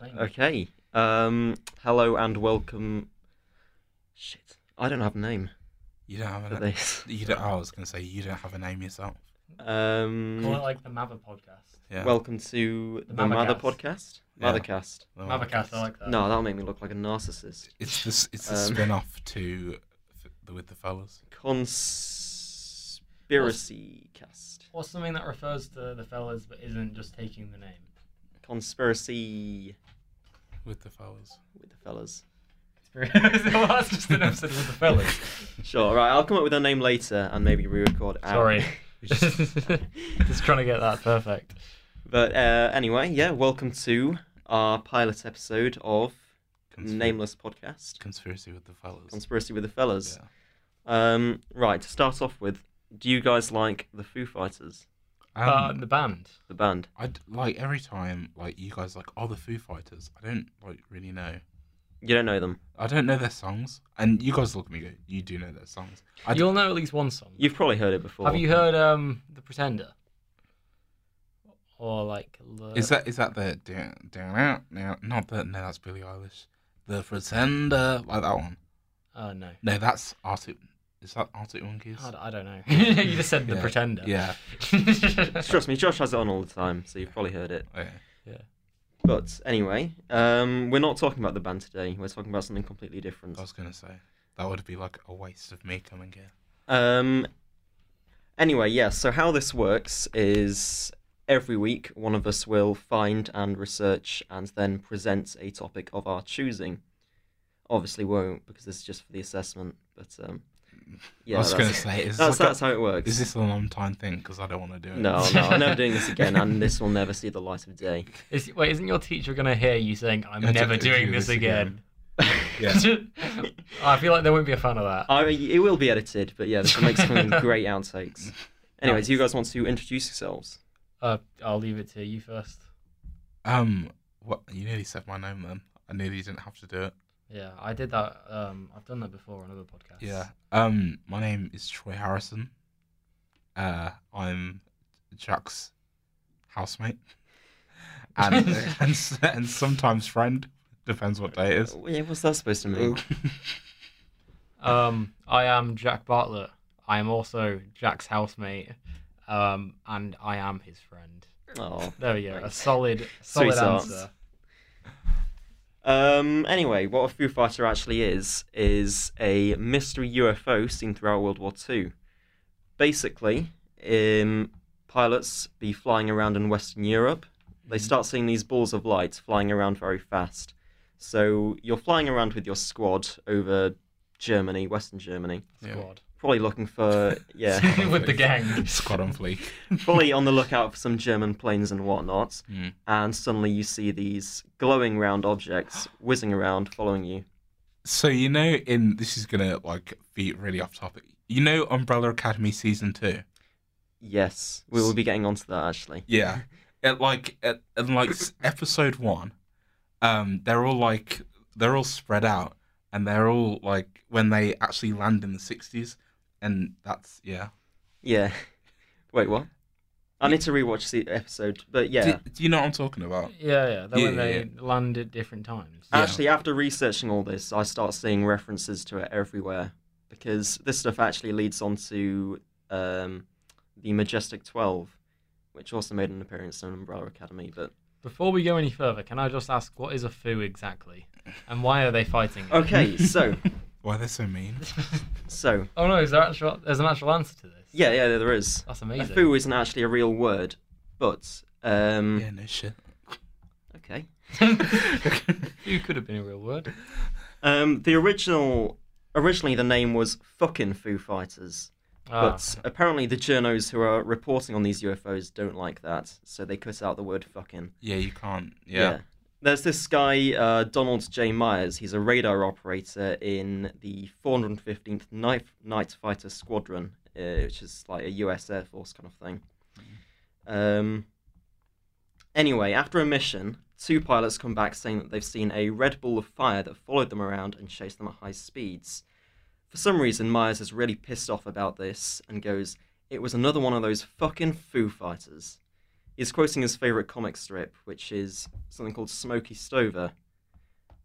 thing. Okay. Um, hello and welcome. Shit, I don't have a name You don't have Uh, for a name. this. You don't, oh, I was going to say, you don't have a name yourself. Um, Mm. Call it like the Mother podcast. Yeah. Welcome to The the, Mother Mothercast. Uh, Podcast. Yeah. Mothercast. well, Mothercast, I like that. No, that'll make me look like a narcissist. It's the, s- it's the Um, spin off to f- the, With the Fellas. Conspiracy cast. Or something that refers to the fellas but isn't just taking the name. Conspiracy With the Fellas. with the fellas. well, that's just an episode with the fellas. Sure, right, I'll come up with a name later and maybe re record out. Sorry. just trying to get that perfect. But uh, anyway, yeah, welcome to our pilot episode of Nameless Podcast Conspiracy with the Fellas. Conspiracy with the Fellas. yeah. Um, right, to start off with, do you guys like the Foo Fighters, uh, Um, the band. the band? I d- like every time like you guys like oh the Foo Fighters. I don't like really know. You don't know them. I don't know their songs, and you guys look at me and go you do know their songs. I d- You'll know at least one song. You've probably heard it before. Have you heard um The Pretender? Or like the... is that is that the down down out now? Not the no that's Billie Eilish. The Pretender like that one. Oh no. No that's Arctic. Is that Arctic Monkeys? I d- I don't know. you just said The Yeah. Pretender. Yeah. Trust me, Josh has it on all the time, so you've probably heard it. Okay. But anyway, um, we're not talking about the band today. We're talking about something completely different. I Oh, was gonna say that would be like a waste of me coming here. Um. Anyway, yeah. So how this works is every week one of us will find and research and then present a topic of our choosing. Obviously, won't because this is just for the assessment. But um, yeah, I was gonna that's, say is that's, this, like a- that's how it works. is this a long time thing? Because I don't want to do it. No, no, I'm never doing this again, and this will never see the light of day. Is, wait, isn't your teacher gonna hear you saying, "I'm I don't never do doing this this again"? again." Yeah. I feel like they won't be a fan of that. I, it will be edited, but yeah, this will make some great outtakes. Anyway, do you guys want to introduce yourselves? Uh, I'll leave it to you first. Um, what you nearly said my name then. I nearly didn't have to do it. Yeah, I did that. Um, I've done that before on other podcasts. Yeah. Um, my name is Troy Harrison. Uh, I'm Jack's housemate, and and, s- and sometimes friend. Depends what day it is. Yeah, what's that supposed to mean? Um, I am Jack Bartlett. I am also Jack's housemate. Um, and I am his friend. Oh. There we go. A Thanks. solid, solid Sweetheart. answer. Um, anyway, what a Foo Fighter actually is, is a mystery UFO seen throughout World War II. Basically, um, pilots be flying around in Western Europe. They start seeing these balls of light flying around very fast. So you're flying around with your squad over Germany, Western Germany, Yeah. Squad. probably looking for, yeah, With the gang. Squad on fleek. probably on the lookout for some German planes and whatnot. Mm. And suddenly you see these glowing round objects whizzing around following you. So you know, in this is gonna like be really off topic. You know, Umbrella Academy season two. Yes, we will be getting onto that actually. Yeah. At like at, in like s- episode one, um, they're all like they're all spread out, and they're all like when they actually land in the sixties, and that's yeah. Yeah. Wait, what? I need to rewatch the episode, but yeah. Do, do you know what I'm talking about? Yeah, yeah. Then when Yeah, they yeah, land at different times. Yeah. Actually, after researching all this, I start seeing references to it everywhere because this stuff actually leads on to um, the Majestic 12, which also made an appearance in Umbrella Academy. But Before we go any further, can I just ask what is a foo exactly, and why are they fighting? it? okay, so Why they're so mean? so Oh no, is there actual? There's an actual answer to this. yeah, yeah, there is. That's A amazing. foo isn't actually a real word, but um, Yeah, no shit. okay. Foo could have been a real word. Um, the original originally the name was fucking Foo Fighters, Ah, but apparently the journos who are reporting on these UFOs don't like that, so they cut out the word fucking. Yeah, you can't. Yeah. There's this guy uh, Donald J Myers. He's a radar operator in the 415th Night, Night Fighter Squadron, uh, which is like a U.S. Air Force kind of thing. Um. Anyway, after a mission, two pilots come back saying that they've seen a red ball of fire that followed them around and chased them at high speeds. For some reason, Myers is really pissed off about this and goes, It was another one of those fucking Foo Fighters. is quoting his favourite comic strip, which is something called Smoky Stover.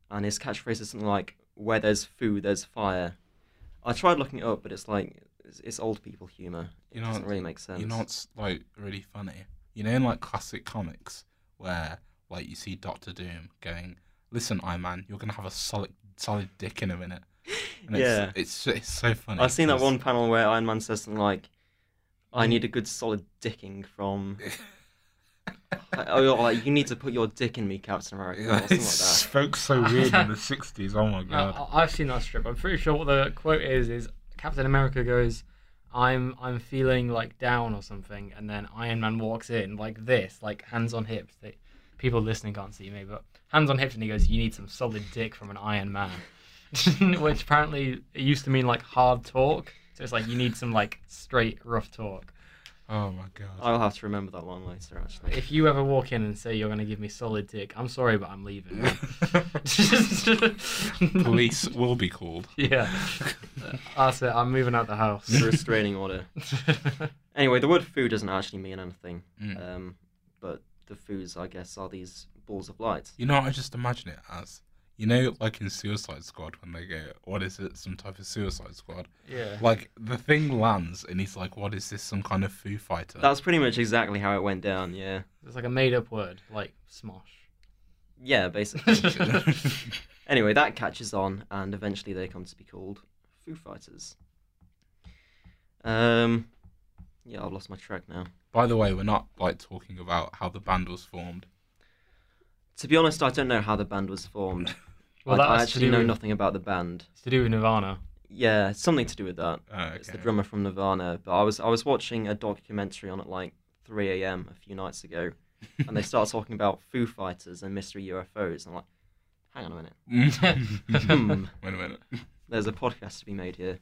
And his catchphrase is something like, Where there's food, there's fire. I tried looking it up, but it's like, it's, it's old people humour. It You know, doesn't really make sense. You know what's like really funny? You know, in like classic comics where like you see Doctor Doom going, "Listen, Iron Man, you're gonna have a solid solid dick in a minute." And Yeah. it's, it's it's so funny. I've seen that 'cause- one panel where Iron Man says something like, Mm. I need a good solid dicking from. oh, like, you need to put your dick in me, Captain America, or something It like that. spoke so weird in the '60s. Oh my god. Uh, I, I- I've seen that strip. I'm pretty sure what the quote is is Captain America goes, "I'm I'm feeling like down or something," and then Iron Man walks in like this, like hands on hips. They, people listening can't see me, but hands on hips, and he goes, "You need some solid dick from an Iron Man," which apparently it used to mean like hard talk. So it's like you need some like straight rough talk. Oh my god. I'll have to remember that one later, actually. If you ever walk in and say you're gonna give me solid dick, I'm sorry, but I'm leaving. Police will be called. Yeah. That's it. I'm moving out the house. It's a restraining order. Anyway, the word food doesn't actually mean anything. Hmm. Mm. Um, but the foods, I guess, are these balls of light. You know, what I just imagine it as. You know, like in Suicide Squad, when they go, "What is it? Some type of Suicide Squad." yeah. Like the thing lands, and he's like, "What is this? Some kind of Foo Fighter?" That's pretty much exactly how it went down, yeah. It's like a made up word, like smosh. Yeah, basically. anyway, that catches on, and eventually they come to be called Foo Fighters. Um, yeah, I've lost my track now. By the way, we're not like talking about how the band was formed. To be honest, I don't know how the band was formed. Well, like, I that's to actually do, know with, nothing about the band. it's to do with Nirvana. Yeah, it's something to do with that. Oh, okay. It's the drummer from Nirvana, but I was I was watching a documentary on it like 3 a.m. a few nights ago, and they start talking about Foo Fighters and mystery UFOs. And I'm like, hang on a minute, Wait hmm, a minute. there's a podcast to be made here.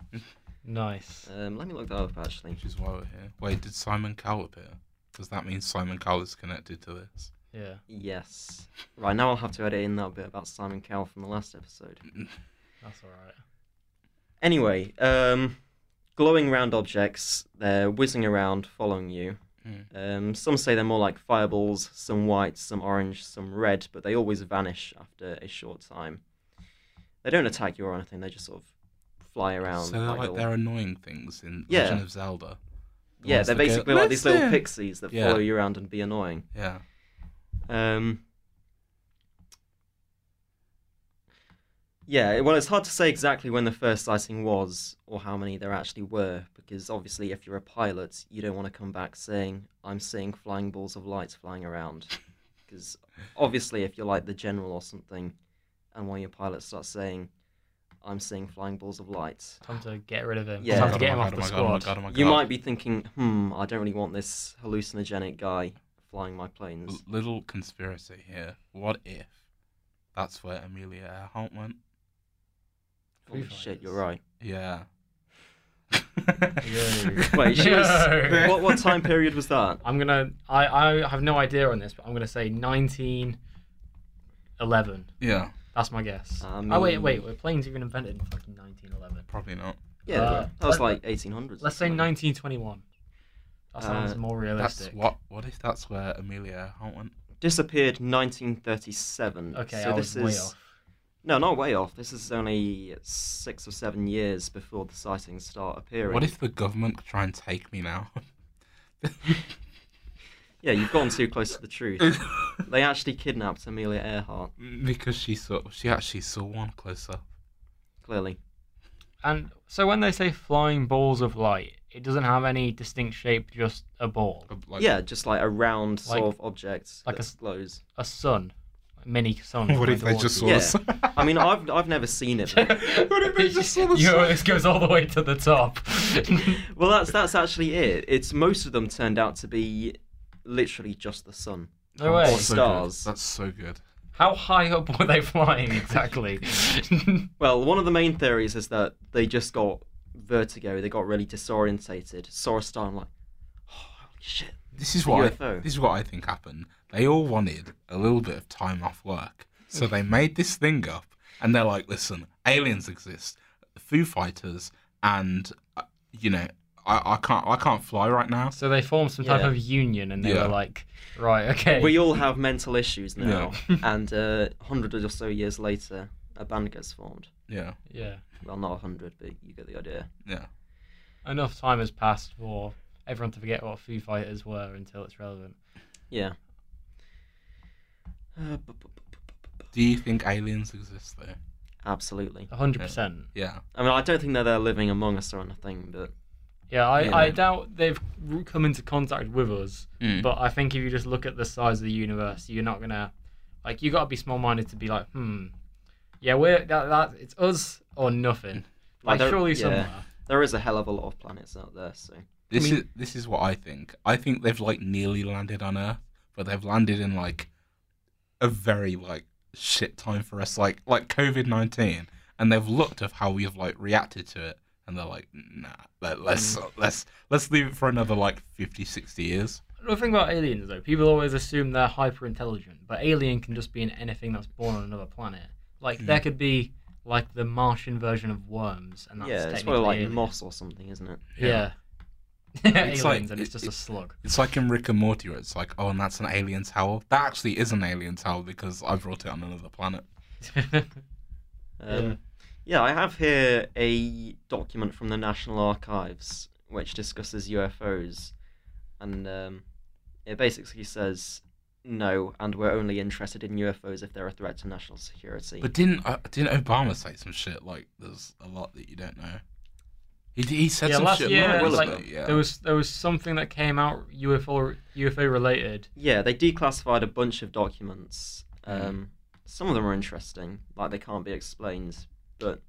Nice. Um, let me look that up actually. Which is why we're here. Wait, did Simon Cowell appear? Does that mean Simon Cowell is connected to this? Yeah. Yes, right now I'll have to edit in that bit about Simon Cowell from the last episode. That's all Anyway, um, glowing round objects, they're whizzing around, following you. Mm. Um, some say they're more like fireballs, some white, some orange, some red, but they always vanish after a short time. They don't attack you or anything, they just sort of fly around. So they're like like little- they're annoying things in Yeah. Legend of Zelda. The yeah, ones they're that go, basically like these little "Listen!" pixies that Yeah. follow you around and be annoying. Yeah. Um, yeah, well, it's hard to say exactly when the first sighting was or how many there actually were, because obviously, if you're a pilot, you don't want to come back saying, I'm seeing flying balls of light flying around. Because obviously, if you're like the general or something, and one of your pilots starts saying, I'm seeing flying balls of light, right. Time to get rid of him. Yeah. Time Oh my to get him off god, the oh my squad. god, oh my god, oh my you god. might be thinking, hmm, I don't really want this hallucinogenic guy flying my planes. L- little conspiracy here. What if that's where Amelia Earhart went? Holy Foo shit, you're Fighters. right. Yeah. Yo. Wait, she was. Yo. What, what time period was that? I'm gonna. I I have no idea on this, but I'm gonna say 1911. yeah, That's my guess. I Oh wait, mean- wait. Were planes even invented in fucking 1911? probably not. Yeah, Uh, that was let- like 1800s. Let's say 1921. That sounds Uh, more That's realistic. what. What if that's where Amelia Earhart went? Disappeared 1937. Okay, so I this was way is off. no, not way off. This is only six or seven years before the sightings start appearing. What if the government could try and take me now? Yeah, you've gone too close to the truth. they actually kidnapped Amelia Earhart. because she saw, she actually saw one close up. Clearly, And so when they say flying balls of light, it doesn't have any distinct shape, just a ball, Like, yeah, just like a round sort Like- of object like like a that s- glows. a sun, a mini sun. What if they going just saw? towards Yeah. I mean, I've I've never seen it. you. What if they just saw the You know, sun? this goes all the way to the top. Well, that's that's actually it. It's most of them turned out to be literally just the sun. no way. Or So stars. Good. That's so good. How high up were they flying exactly? Well, one of the main theories is that they just got vertigo. They got really disorientated. Saw a star and like, oh shit. This is The what I, UFO. this is what I think happened. They all wanted a little bit of time off work, so they made this thing up, and they're like, "Listen, aliens exist. Foo Fighters, and uh, you know, I, I can't I can't fly right now. So they formed some type Yeah. of union, and they Yeah. were like, right, okay. We all have mental issues now, and uh, hundred or so years later, a band gets formed. Yeah, yeah. Well, not hundred, but you get the idea. yeah. Enough time has passed for everyone to forget what Foo Fighters were until it's relevant. Yeah. Uh, bu- bu- bu- bu- bu- bu- Do you think aliens exist though? Absolutely. 100%. Yeah, I mean, I don't think they're there living among us or anything, but Yeah, I, Yeah. I doubt they've come into contact with us, Mm. but I think if you just look at the size of the universe, you're not gonna like you gotta be small minded to be like, hmm, yeah, we're that, that it's us or nothing. Like Mm. there- surely yeah. somewhere. there is a hell of a lot of planets out there. So this mean- is this is what I think. I think they've like nearly landed on Earth, but they've landed in like a very like shit time for us, like like COVID nineteen, and they've looked at how we've like reacted to it, and they're like, nah, let, let's let's let's leave it for another like 50, 60 years. The thing about aliens though, people always assume they're hyper intelligent, but alien can just be in anything that's born on another planet. Hmm. Like there could be like the Martian version of worms, and that's yeah, technically it's probably like alien. moss or something, isn't it? Yeah, aliens, like- and it's just it- a slug. It's like in Rick and Morty where it's like, oh, and that's an alien towel. That actually is an alien towel because I brought it on another planet. Um, Yeah. yeah. I have here a document from the National Archives which discusses UFOs, and um, it basically says no, and we're only interested in UFOs if they're a threat to national security. But didn't uh, didn't Obama say some shit like there's a lot that you don't know? He he said Yeah, some last shit. year, months like, ago, yeah. There was there was something that came out UFO UFO related. yeah, they declassified a bunch of documents. Um, Some of them are interesting, like they can't be explained, but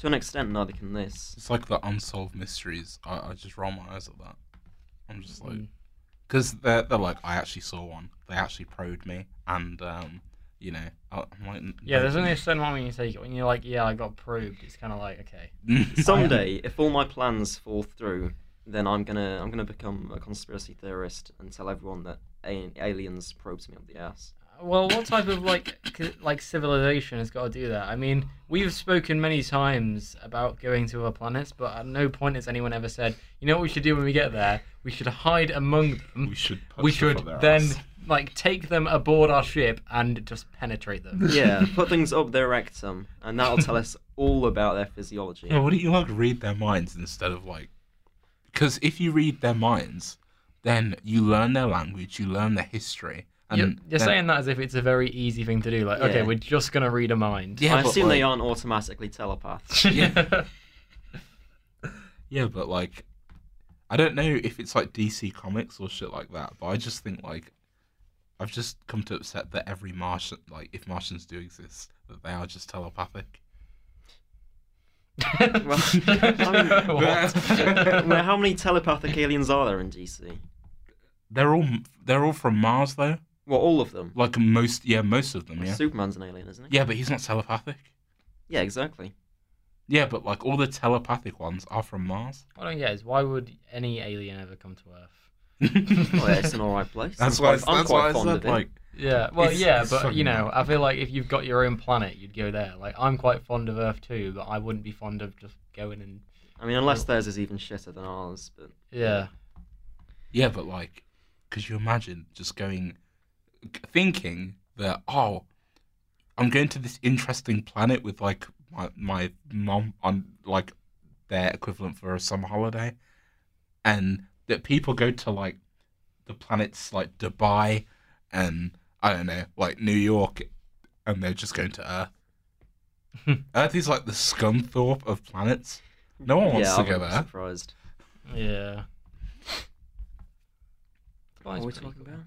to an extent, neither can this. It's like the unsolved mysteries. I, I just roll my eyes at that. I'm just like, Mm. because they're they're like, I actually saw one. They actually probed me, and um, you know, I- I'm like, n- Yeah, there's no- only a certain amount when you take it. When you're like, yeah, I got probed. It's kind of like, okay, Someday, if all my plans fall through, then I'm gonna I'm gonna become a conspiracy theorist and tell everyone that a- aliens probed me up the ass. well, what type of like c- like civilization has got to do that? I mean, we've spoken many times about going to other planets, but at no point has anyone ever said, you know what we should do when we get there? We should hide among them. we should punch We them should for their then ass. like take them aboard our ship and just penetrate them. Yeah, put things up their rectum, and that'll tell us all about their physiology. Yeah, wouldn't you like read their minds instead of like? Because if you read their minds, then you learn their language, you learn their history, and You're, you're then- saying that as if it's a very easy thing to do. Like, okay, Yeah. we're just gonna read a mind. yeah, I but, assume like, they aren't automatically telepaths. Yeah. Yeah, but like, I don't know if it's like DC Comics or shit like that, but I just think like, I've just come to accept that every Martian, like, if Martians do exist, that they are just telepathic. Well, well, how many telepathic aliens are there in DC? They're all they're all from Mars though. Well, all of them. Like most, yeah, most of them, yeah. Superman's an alien, isn't he? Yeah, but he's not telepathic. Yeah, exactly. Yeah, but like all the telepathic ones are from Mars. What I don't get is why would any alien ever come to Earth? Well, Oh, yeah, it's an alright place. That's I'm why. quite- I'm That's quite why I fond said of it. like. yeah, well, It's- yeah, it's but you fucking know, mad. I feel like if you've got your own planet, you'd go there. Like, I'm quite fond of Earth too, but I wouldn't be fond of just going and I mean, unless theirs is even shitter than ours, but yeah. Yeah, but like, could you imagine just going, thinking that oh, I'm going to this interesting planet with like my my mom on like their equivalent for a summer holiday, and that people go to like the planets like Dubai and I don't know like New York, and they're just going to Earth. Earth is like the Scunthorpe of planets. No one wants yeah, to I'm go not there. surprised. Yeah. What It's are we pretty talking cool. about?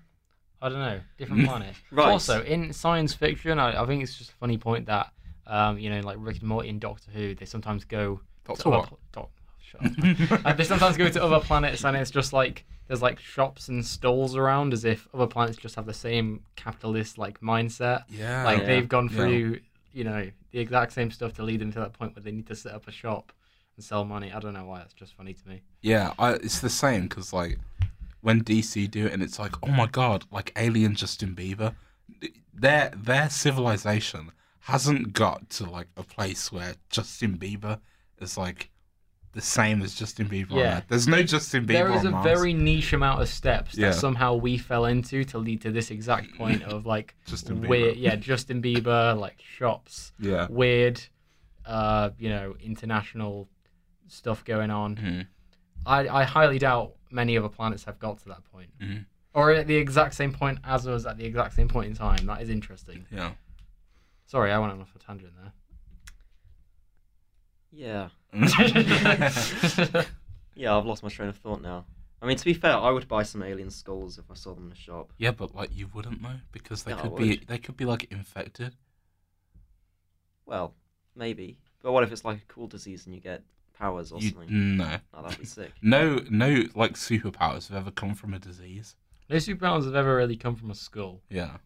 I don't know, different planet. Right. Also, in science fiction, I, I think it's just a funny point that, um, you know, like Rick and Morty and Doctor Who, they sometimes go Doctor to other what? pl- doc- shut up. Uh, they sometimes go to other planets and it's just like there's like shops and stalls around as if other planets just have the same capitalist like mindset. Ah, yeah. Like yeah. they've gone Yeah. through, you know, the exact same stuff to lead them to that point where they need to set up a shop and sell money. I don't know why that's just funny to me. Yeah, I, it's the same because like when DC do it, and it's like, oh my god, like Alien Justin Bieber, their their civilization hasn't got to like a place where Justin Bieber is like the same as Justin Bieber. on Yeah. Earth. There's no Justin Bieber. there is on a Mars. very niche amount of steps that Yeah. somehow we fell into to lead to this exact point of like Justin Bieber. weird, yeah, Justin Bieber, like shops, Yeah. weird, uh, you know, international stuff going on. Mhm. I, I highly doubt many other planets have got to that point, Mhm. or at the exact same point as us at the exact same point in time. That is interesting. Yeah. Sorry, I went on off a tangent there. Yeah. yeah. Yeah, I've lost my train of thought now. I mean, to be fair, I would buy some alien skulls if I saw them in a shop. but like you wouldn't know because they Yeah, I could be they could be like infected. Well, maybe. But what if it's like a cool disease and you get powers or You, something? no, Oh, that'd be sick. no, no, like superpowers have ever come from a disease. No superpowers have ever really come from a skull. Yeah.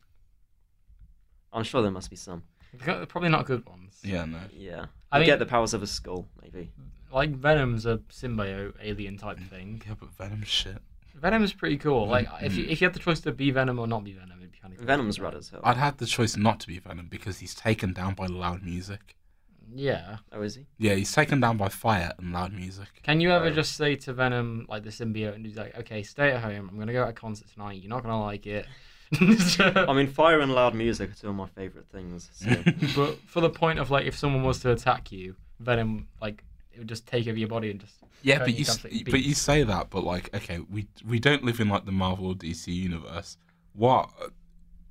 I'm sure there must be some. They're Probably not good ones. Yeah. No. Yeah. I I mean- get the powers of a skull, maybe. Like Venom's a symbiote alien type Mm. thing. Yeah, but Venom shit. Venom is pretty cool. Like if you Mm. if you had the choice to be Venom or not be Venom, it'd be kind of cool. Venom's rad as hell. I'd have the choice not to be Venom because he's taken down by loud music. Yeah. Oh, is he? Yeah, he's taken down by fire and loud music. Can you ever Oh. just say to Venom like the symbiote and he's like, okay, stay at home. I'm gonna go to a concert tonight. You're not gonna like it. I mean, fire and loud music are two of my favourite things. So. but for the point of like, if someone was to attack you, Venom like it would just take over your body and just Yeah, Turn but you you s- completely but you beast. say that, but like, okay, we we don't live in like the Marvel or DC universe. What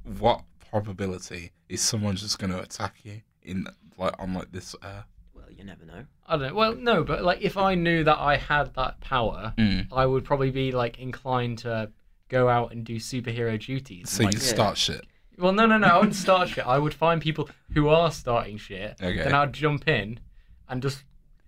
what probability is someone just going to attack you in like on like this? Uh, well, you never know. I don't know. Well, no, but like if I knew that I had that power, Mm. I would probably be like inclined to go out and do superhero duties. So like, you Yeah. start shit. Well, no, no, no. I wouldn't start shit. I would find people who are starting shit, Okay. then I'd jump in and just,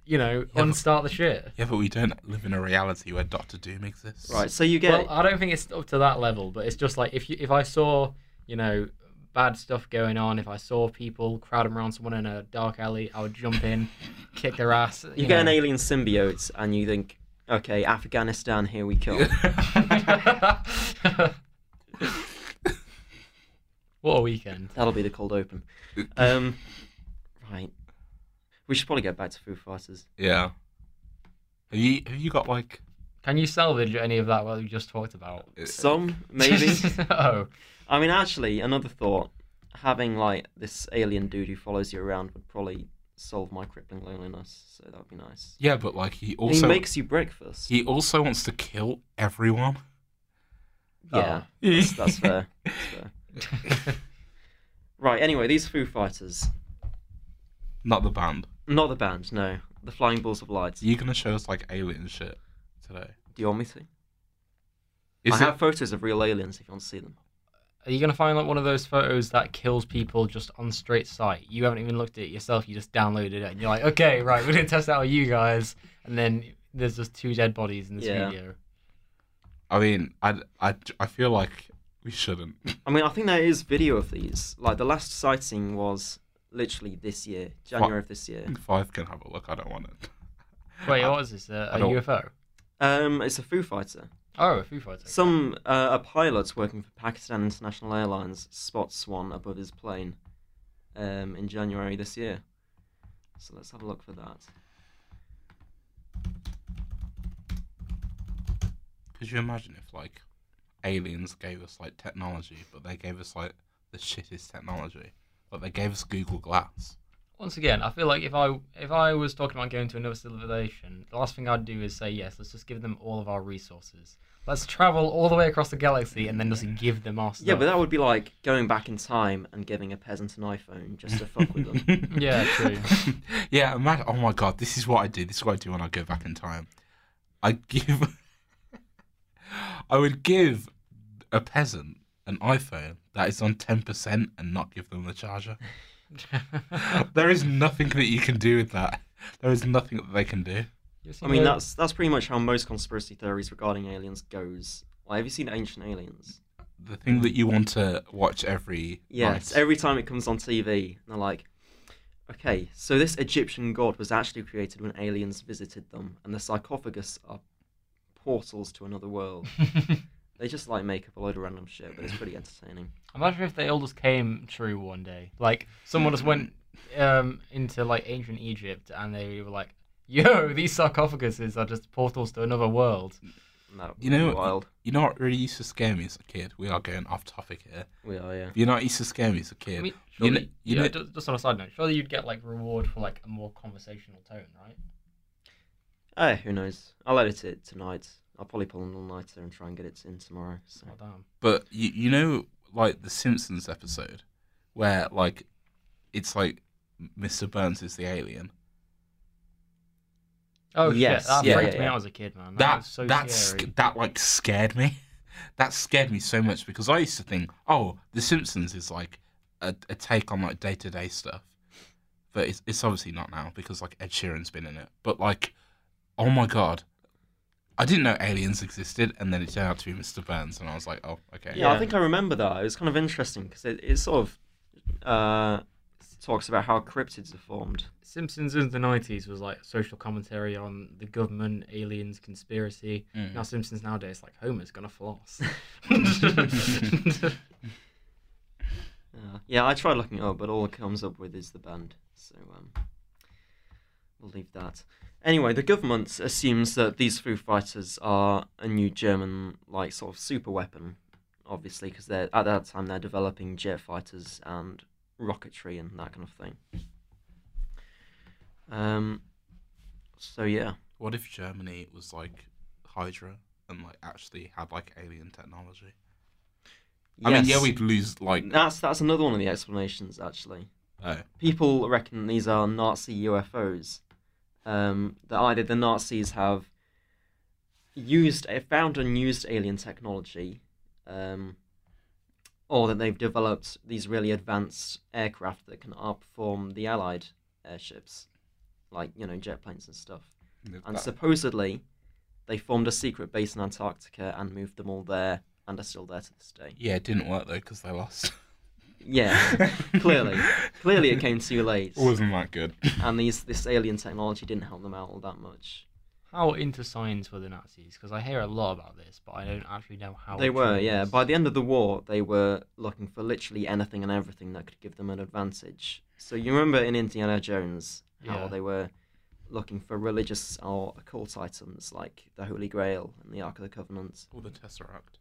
you know, but- unstart the shit. Yeah, but we don't live in a reality where Doctor Doom exists. Right, so you get. Well, uh, I don't think it's up to that level, but it's just like if you, if I saw, you know, bad stuff going on, if I saw people crowding around someone in a dark alley, I would jump in, kick their ass. you get an alien symbiote and you think, okay, Afghanistan, here we come. an alien. what a weekend. That'll be the cold open. Um, right. We should probably get back to Foo Fighters. yeah. Have you have you got like Can you salvage any of that what we just talked about? uh, Some, maybe. oh, I mean, actually, another thought: having like this alien dude who follows you around would probably solve my crippling loneliness. So that would be nice. Yeah, but like he And he also makes you breakfast. he also wants to kill everyone. Oh. yeah, that's, that's fair. That's fair. Right. Anyway, these Foo Fighters, Not the band. not the band. No, the Flying Balls of Light. Are you gonna show us like alien shit today? Do you want me to? Is I it- have photos of real aliens if you want to see them. Are you gonna find like one of those photos that kills people just on straight sight? You haven't even looked at it yourself. You just downloaded it, and you're like, okay, right, we're gonna test out you guys. And then there's just two dead bodies in the Yeah. studio. I mean, I, I, I feel like we shouldn't. I mean, I think there is video of these. Like the last sighting was literally this year, January of this year. Five can have a look. I don't want it. Wait, what is this? A, I a don't- UFO? Um, it's a Foo Fighter. Oh, a Foo Fighter. Some uh, a pilot working for Pakistan International Airlines spots one above his plane um, in January this year. So let's have a look for that. Could you imagine if like aliens gave us like technology, but they gave us like the shittest technology? Like they gave us Google Glass. Once again, I feel like if I if I was talking about going to another civilization, the last thing I'd do is say yes. Let's just give them all of our resources. Let's travel all the way across the galaxy and then just give them our stuff. Yeah, but that would be like going back in time and giving a peasant an iPhone just to fuck with them. Yeah, true. yeah, imagine. Oh my god, this is what I do. This is what I do when I go back in time. I give. I would give a peasant an iPhone that is on ten percent and not give them the charger. there is nothing that you can do with that. There is nothing that they can do. You seen I mean, the- that's that's pretty much how most conspiracy theories regarding aliens goes. Like, have you seen Ancient Aliens? The thing that you want to watch every Yes, night. every time it comes on TV, and they're like, okay, so this Egyptian god was actually created when aliens visited them, and the sarcophagus are portals to another world. they just like make up a load of random shit, but it's pretty entertaining. Imagine if they all just came true one day. Like someone just went um, into like ancient Egypt and they were like, yo, these sarcophaguses are just portals to another world. No, You know- wild. You know what really used to scare me as a kid? We are going off topic here. We are, yeah. You know what used to scare me as a kid? I mean, You kn- surely, you yeah, kn- ju- just on a side note, surely you'd get like reward for like a more conversational tone, right? Eh, who knows? I'll edit it tonight. I'll probably pull an all-nighter and try and get it in tomorrow. So. Oh damn. But you, you know, like the Simpsons episode where like it's like Mr. Burns is the alien. Oh Yes, shit, that yeah, freaked yeah, me yeah. out as a kid, man. That, That was so that's scary. that like scared me. That scared me so much because I used to think, oh, the Simpsons is like a, a take on like day to day stuff, but it's it's obviously not now because like Ed Sheeran's been in it. But like, oh my god. I didn't know aliens existed, and then it turned out to be Mr. Burns, and I was like, "Oh, okay." Yeah, Yeah. I think I remember that. It was kind of interesting because it, it sort of uh, talks about how cryptids are formed. Simpsons in the nineties was like social commentary on the government, aliens, conspiracy. Mm. Now Simpsons nowadays like Homer's gonna floss. Uh, yeah, I tried looking it up, but all it comes up with is the band. So um, we'll leave that. Anyway, the government assumes that these Foo Fighters are a new German, like, sort of super weapon, obviously, because at that time they're developing jet fighters and rocketry and that kind of thing. Um, so, yeah. What if Germany was like Hydra and like actually had like alien technology? I mean, yeah, Yes. we'd lose like That's that's another one of the explanations. Actually, oh, people reckon these are Nazi UFOs. Um, that either the Nazis have used, eh, found and used alien technology, um, or that they've developed these really advanced aircraft that can outperform the Allied airships, like you know jet planes and stuff. And that- supposedly, they formed a secret base in Antarctica and moved them all there, and are still there to this day. yeah, it didn't work though because they lost. Yeah. Clearly. Clearly, it came too late, It wasn't that good. and these this alien technology didn't help them out all that much. how into science were the Nazis? Because I hear a lot about this, but I don't actually know how. They true were, it yeah. is. By the end of the war, they were looking for literally anything and everything that could give them an advantage. So you remember in Indiana Jones how Yeah. they were looking for religious or occult items like the Holy Grail and the Ark of the Covenant. All the Tesseract.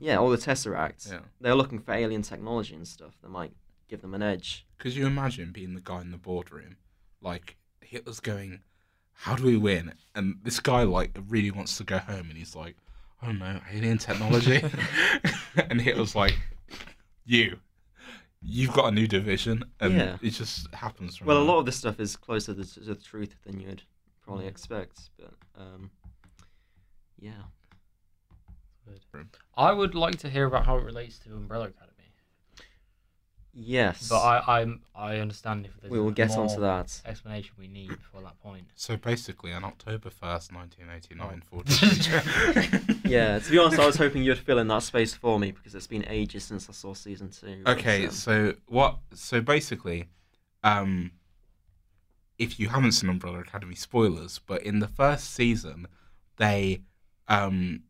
Yeah, all the Tesseracts. Yeah. They were looking for alien technology and stuff that might give them an edge. Could you imagine being the guy in the boardroom? Like Hitler's going, "How do we win?" And this guy like really wants to go home, and he's like, "I don't know, alien technology." and Hitler's like, "You, you've got a new division," and Yeah. it just happens. From Well, a there. lot of this stuff is closer to, to the truth than you'd probably expect, but um, yeah. I would like to hear about how it relates to Umbrella Academy, Yes. but I I'm, I understand if there's we will get more onto that. explanation we need for that point. So basically, on October first, nineteen eighty nine, forty. Yeah, to be honest, I was hoping you'd fill in that space for me because it's been ages since I saw season two. but, Okay, um, so what? So basically, um, if you haven't seen Umbrella Academy, spoilers. But in the first season, they, um,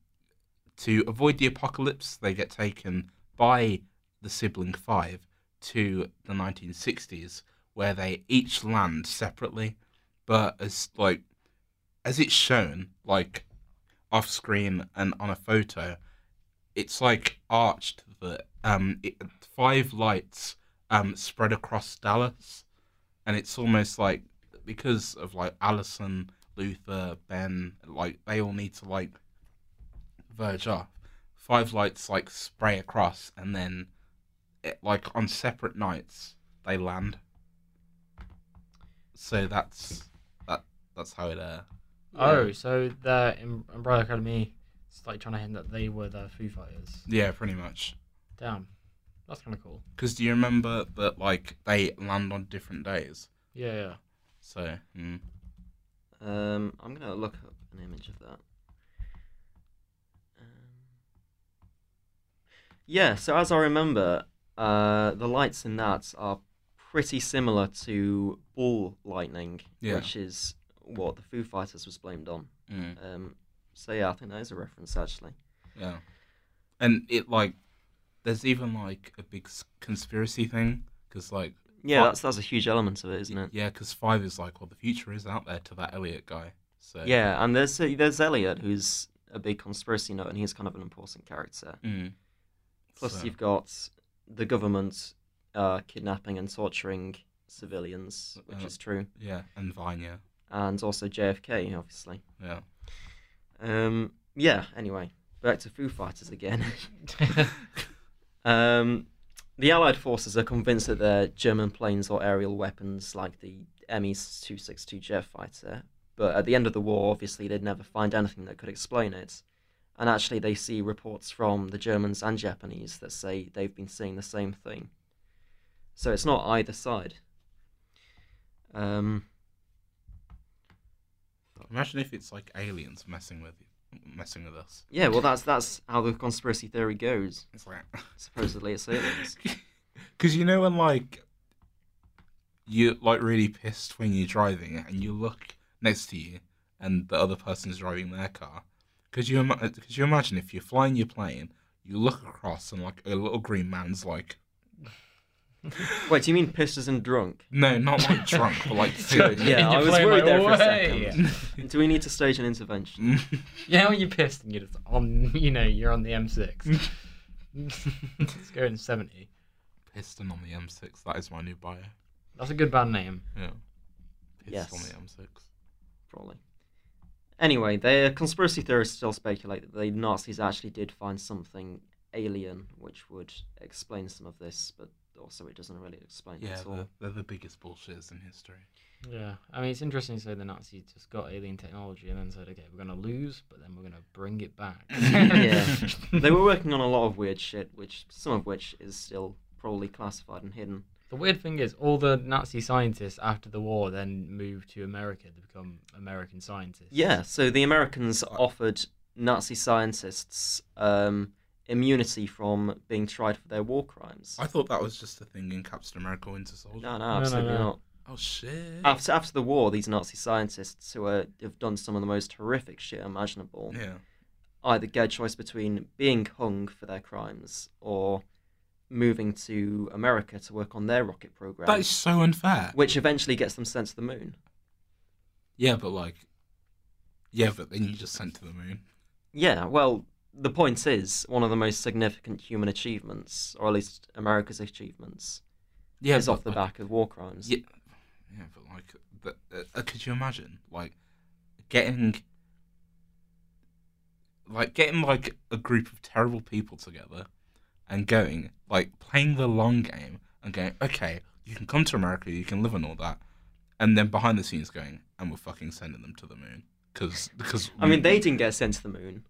to avoid the apocalypse, they get taken by the sibling five to the 1960s, where they each land separately. But as like, as it's shown, like off screen and on a photo, it's like arched that um it, five lights um spread across Dallas, and it's almost like because of like Allison, Luther, Ben, like they all need to like verge off. Five lights like spray across, and then it, like on separate nights they land. So that's that. That's how it. Uh, yeah. Oh, so the Im- Umbrella Academy is like trying to hint that they were the Foo Fighters. yeah, pretty much. Damn, that's kind of cool. Because do you remember that like they land on different days? Yeah, yeah. So mm. Um, I'm gonna look up an image of that. Um, yeah, so as I remember, uh, the lights in that are pretty similar to ball lightning, Yeah. which is what the Foo Fighters was blamed on. mm, Hmm. Um, so yeah, I think that is a reference actually. yeah, and it like there's even like a big s- conspiracy thing because like Yeah, Well- that's that's a huge element of it, isn't it? Yeah, because five is like, well, the future is out there to that Elliot guy. So Yeah, and there's uh, there's Elliot who's a big conspiracy nut, and he's kind of an important character. Mm. Plus, So- you've got the government uh, kidnapping and torturing civilians, which Uh, is true, yeah, and Vanya. and also JFK, obviously. Yeah. Um, yeah. Anyway, back to Foo Fighters again. um, the Allied forces are convinced that their German planes or aerial weapons, like the E Me 262 jet fighter, but at the end of the war, obviously, they'd never find anything that could explain it. And actually, they see reports from the Germans and Japanese that say they've been seeing the same thing. So it's not either side. Um, Oh. Imagine if it's like aliens messing with you, messing with us. yeah, well, that's that's how the conspiracy theory goes. It's like Supposedly, it's aliens. because you know when like you like really pissed when you're driving and you look next to you and the other person's driving their car. Could you ima- could you imagine if you're flying your plane, you look across and like a little green man's like Wait, do you mean pissed as in drunk? no, not like drunk, but like Joking. silly. Yeah, You're I was playing worried my there for a way. second. Do we need to stage an intervention? Yeah, when you're pissed and you're just on, you know, you're on the M6. It's going 70. Piston on the M6. That is my new bio. That's a good band name. Yeah. Piston Yes. on the M6. Probably. Anyway, the conspiracy theorists still speculate that the Nazis actually did find something alien which would explain some of this, but also it doesn't really explain it Yeah, at all. they're, they're the biggest bullshitters in history. Yeah, I mean, it's interesting to say the Nazis just got alien technology and then said, okay, we're going to lose, but then we're going to bring it back. Yeah. they were working on a lot of weird shit, which some of which is still probably classified and hidden. The weird thing is, all the Nazi scientists after the war then moved to America to become American scientists. Yeah, so the Americans offered Nazi scientists um, immunity from being tried for their war crimes. I thought that was just a thing in Captain America Winter Soldier. No, no, no, absolutely no. not. Oh shit. After, after the war, these Nazi scientists who are, have done some of the most horrific shit imaginable Yeah. either get a choice between being hung for their crimes or moving to America to work on their rocket program, That is so unfair. which eventually gets them sent to the moon. Yeah, but like Yeah, but then you just sent to the moon. Yeah, well, the point is, one of the most significant human achievements, or at least America's achievements, Yeah, is but, off the like- back of war crimes. Yeah, yeah, but like the, uh, uh, could you imagine like getting like getting like a group of terrible people together and going like playing the long game and going, Okay, you can come to America, you can live and all that and then behind the scenes going, and we're fucking sending them to the moon. Cause, because I mean, they didn't get sent to the moon.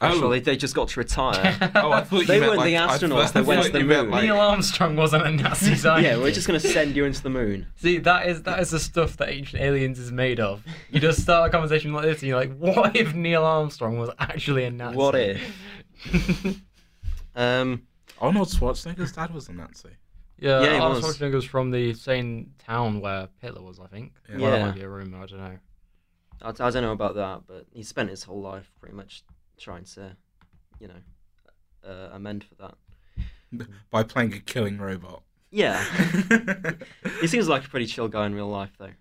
Oh. Actually, they just got to retire. Oh, I thought you They meant, weren't the like, I astronauts thought that went to you the meant, moon. like- Neil Armstrong wasn't a Nazi scientist. yeah, we're just going to send you into the moon. See, that is that is the stuff that Ancient Aliens is made of. You just start a conversation like this, and you're like, "What if Neil Armstrong was actually a Nazi?" What Um, Arnold Schwarzenegger's dad was a Nazi. yeah, Yeah, he Arnold was. Schwarzenegger was from the same town where Hitler was, I think. Yeah. Well, that Yeah. might be a rumor. I don't know. I, I don't know about that, but he spent his whole life pretty much trying to, you know, uh, amend for that. By playing a killing robot. Yeah, he seems like a pretty chill guy in real life, though.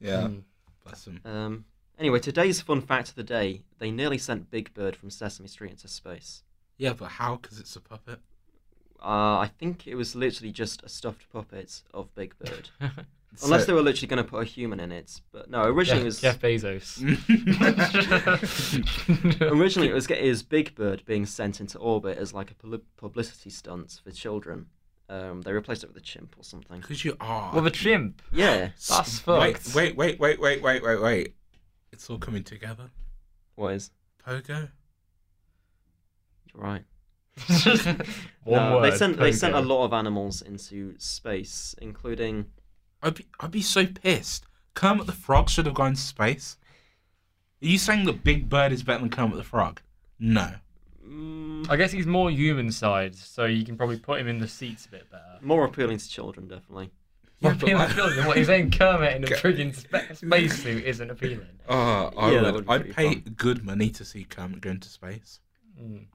yeah, Mm. bless him. Um, anyway, today's fun fact of the day: they nearly sent Big Bird from Sesame Street into space. Yeah, but how? Because it's a puppet. Uh, I think it was literally just a stuffed puppet of Big Bird, unless they were literally going to put a human in it. But no, originally Jeff, it was Jeff Bezos. originally it was it was Big Bird being sent into orbit as like a pub- publicity stunt for children. Um, they replaced it with a chimp or something. Because you are. With a chimp. Yeah. That's fucked. Wait, wait, wait, wait, wait, wait, wait, wait. It's all coming together. What is? Pogo. You're right. One No, word. they sent they sent a pogo. lot of animals into space, including I'd be, I'd be so pissed. Kermit the Frog should have gone to space. Are you saying that Big Bird is better than Kermit the Frog? No. mm, I guess he's more human side, so you can probably put him in the seats a bit better. more appealing to children, definitely. More Yeah, but appealing I- to children. What you're saying, Kermit in a Go- friggin' spa- space suit isn't appealing. Oh, I Yeah, that would would. be I'd pretty pay fun. good money to see Kermit go into space. Hmm. Mm.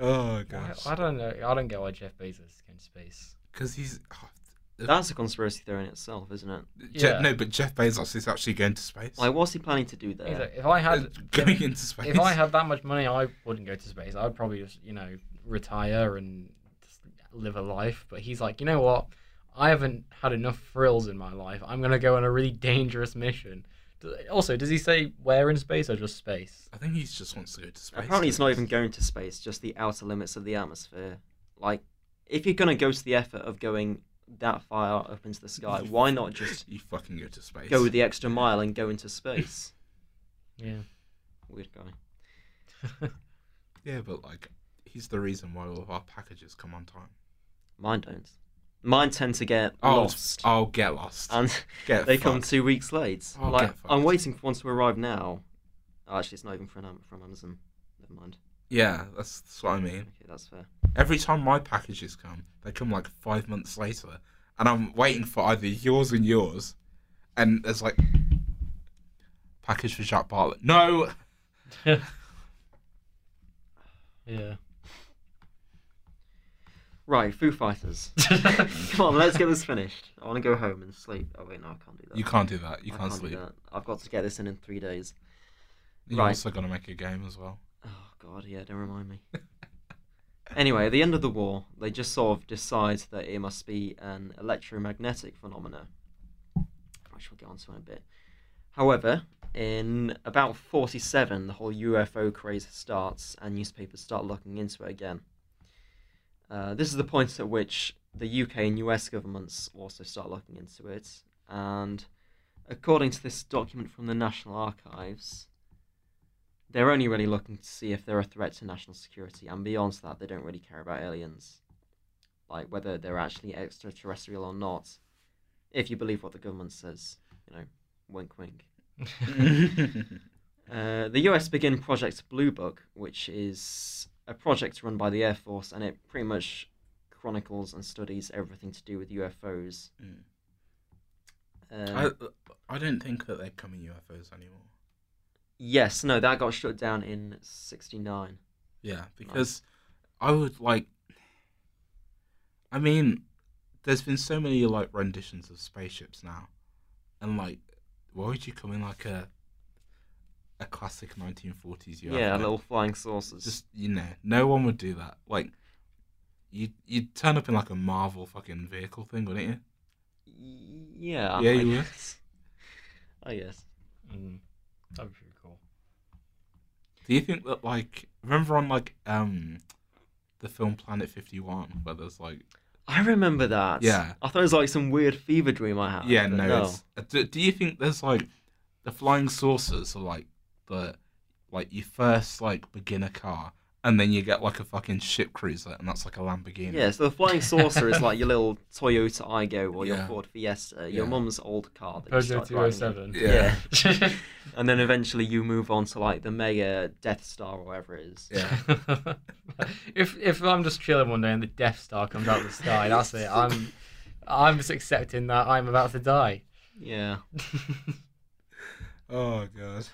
Oh I, gosh, I don't know. I don't get why Jeff Bezos is going to space. because he's oh, That's a conspiracy theory in itself, isn't it? Jeff, Yeah. no, but Jeff Bezos is actually going to space. Like, what's he planning to do there? He's like, if I Uh, had going into space. if I had that much money, I wouldn't go to space. I'd probably just you know retire and just live a life. But he's like, you know what? I haven't had enough thrills in my life. I'm gonna go on a really dangerous mission. Do- Also, does he say where in space or just space? I think he just wants to go to space. Apparently, it's not even going to space, just the outer limits of the atmosphere. Like, if you're going to go to the effort of going that far up into the sky, why not just you fucking go to space? go the extra mile and go into space? Yeah. Weird guy. yeah, but like he's the reason why all of our packages come on time. Mine don't. Mine tend to get Oh, lost, oh, get lost. and get they come fucked. two weeks late. Oh, like, get I'm fucked. waiting for one to arrive now. Oh, actually, it's not even from, Am- from Amazon. Never mind. Yeah, that's, that's what I mean. Okay, that's fair. Every time my packages come, they come like five months later, and I'm waiting for either yours and yours, and there's like package for Jack Bartlett. No, yeah. Right, Foo Fighters. Come on, let's get this finished. I want to go home and sleep. Oh wait, no, I can't do that. you can't do that. You I can't, do sleep. that. I've got to get this in in three days. You Right. also got to make a game as well. Oh god, yeah, don't remind me. anyway, at the end of the war, they just sort of decide that it must be an electromagnetic phenomena, which we'll get onto in a bit. However, in about 47, the whole UFO craze starts, and newspapers start looking into it again. Uh, this is the point at which the UK and US governments also start looking into it, and according to this document from the National Archives, they're only really looking to see if they're a threat to national security, and beyond that, they don't really care about aliens. Like, whether they're actually extraterrestrial or not, if you believe what the government says, you know, wink wink. Uh, the US begin Project Blue Book, which is a project run by the Air Force, and it pretty much chronicles and studies everything to do with UFOs. Mm. Uh, I, I don't think that they're coming UFOs anymore. yes, no, that got shut down in 69. Yeah, because I would like. I mean, there's been so many like renditions of spaceships now, and like, why would you come in like a a classic 1940s Yeah, UFO? little flying saucers. Just you know, no one would do that. Like, you you'd turn up in like a Marvel fucking vehicle thing, wouldn't you? Yeah. Yeah, I you were. guess. I guess. Mm. That'd be pretty cool. Do you think that like remember on like um the film Planet 51 where there's like I remember that. Yeah. I thought it was like some weird fever dream I had. Yeah, but no. It's, uh, do, do you think there's like the flying saucers are like the like your first like beginner car, and then you get like a fucking ship cruiser, and that's like a Lamborghini. Yeah, so the flying saucer is like your little Toyota Igo or your Yeah. Ford Fiesta, your Yeah. mum's old car. That you Peugeot start driving. 207. Yeah. And then eventually you move on to like the mega Death Star or whatever it is. Yeah. if if I'm just chilling one day and the Death Star comes out of the sky, that's it. I'm I'm just accepting that I'm about to die. Yeah. Oh god.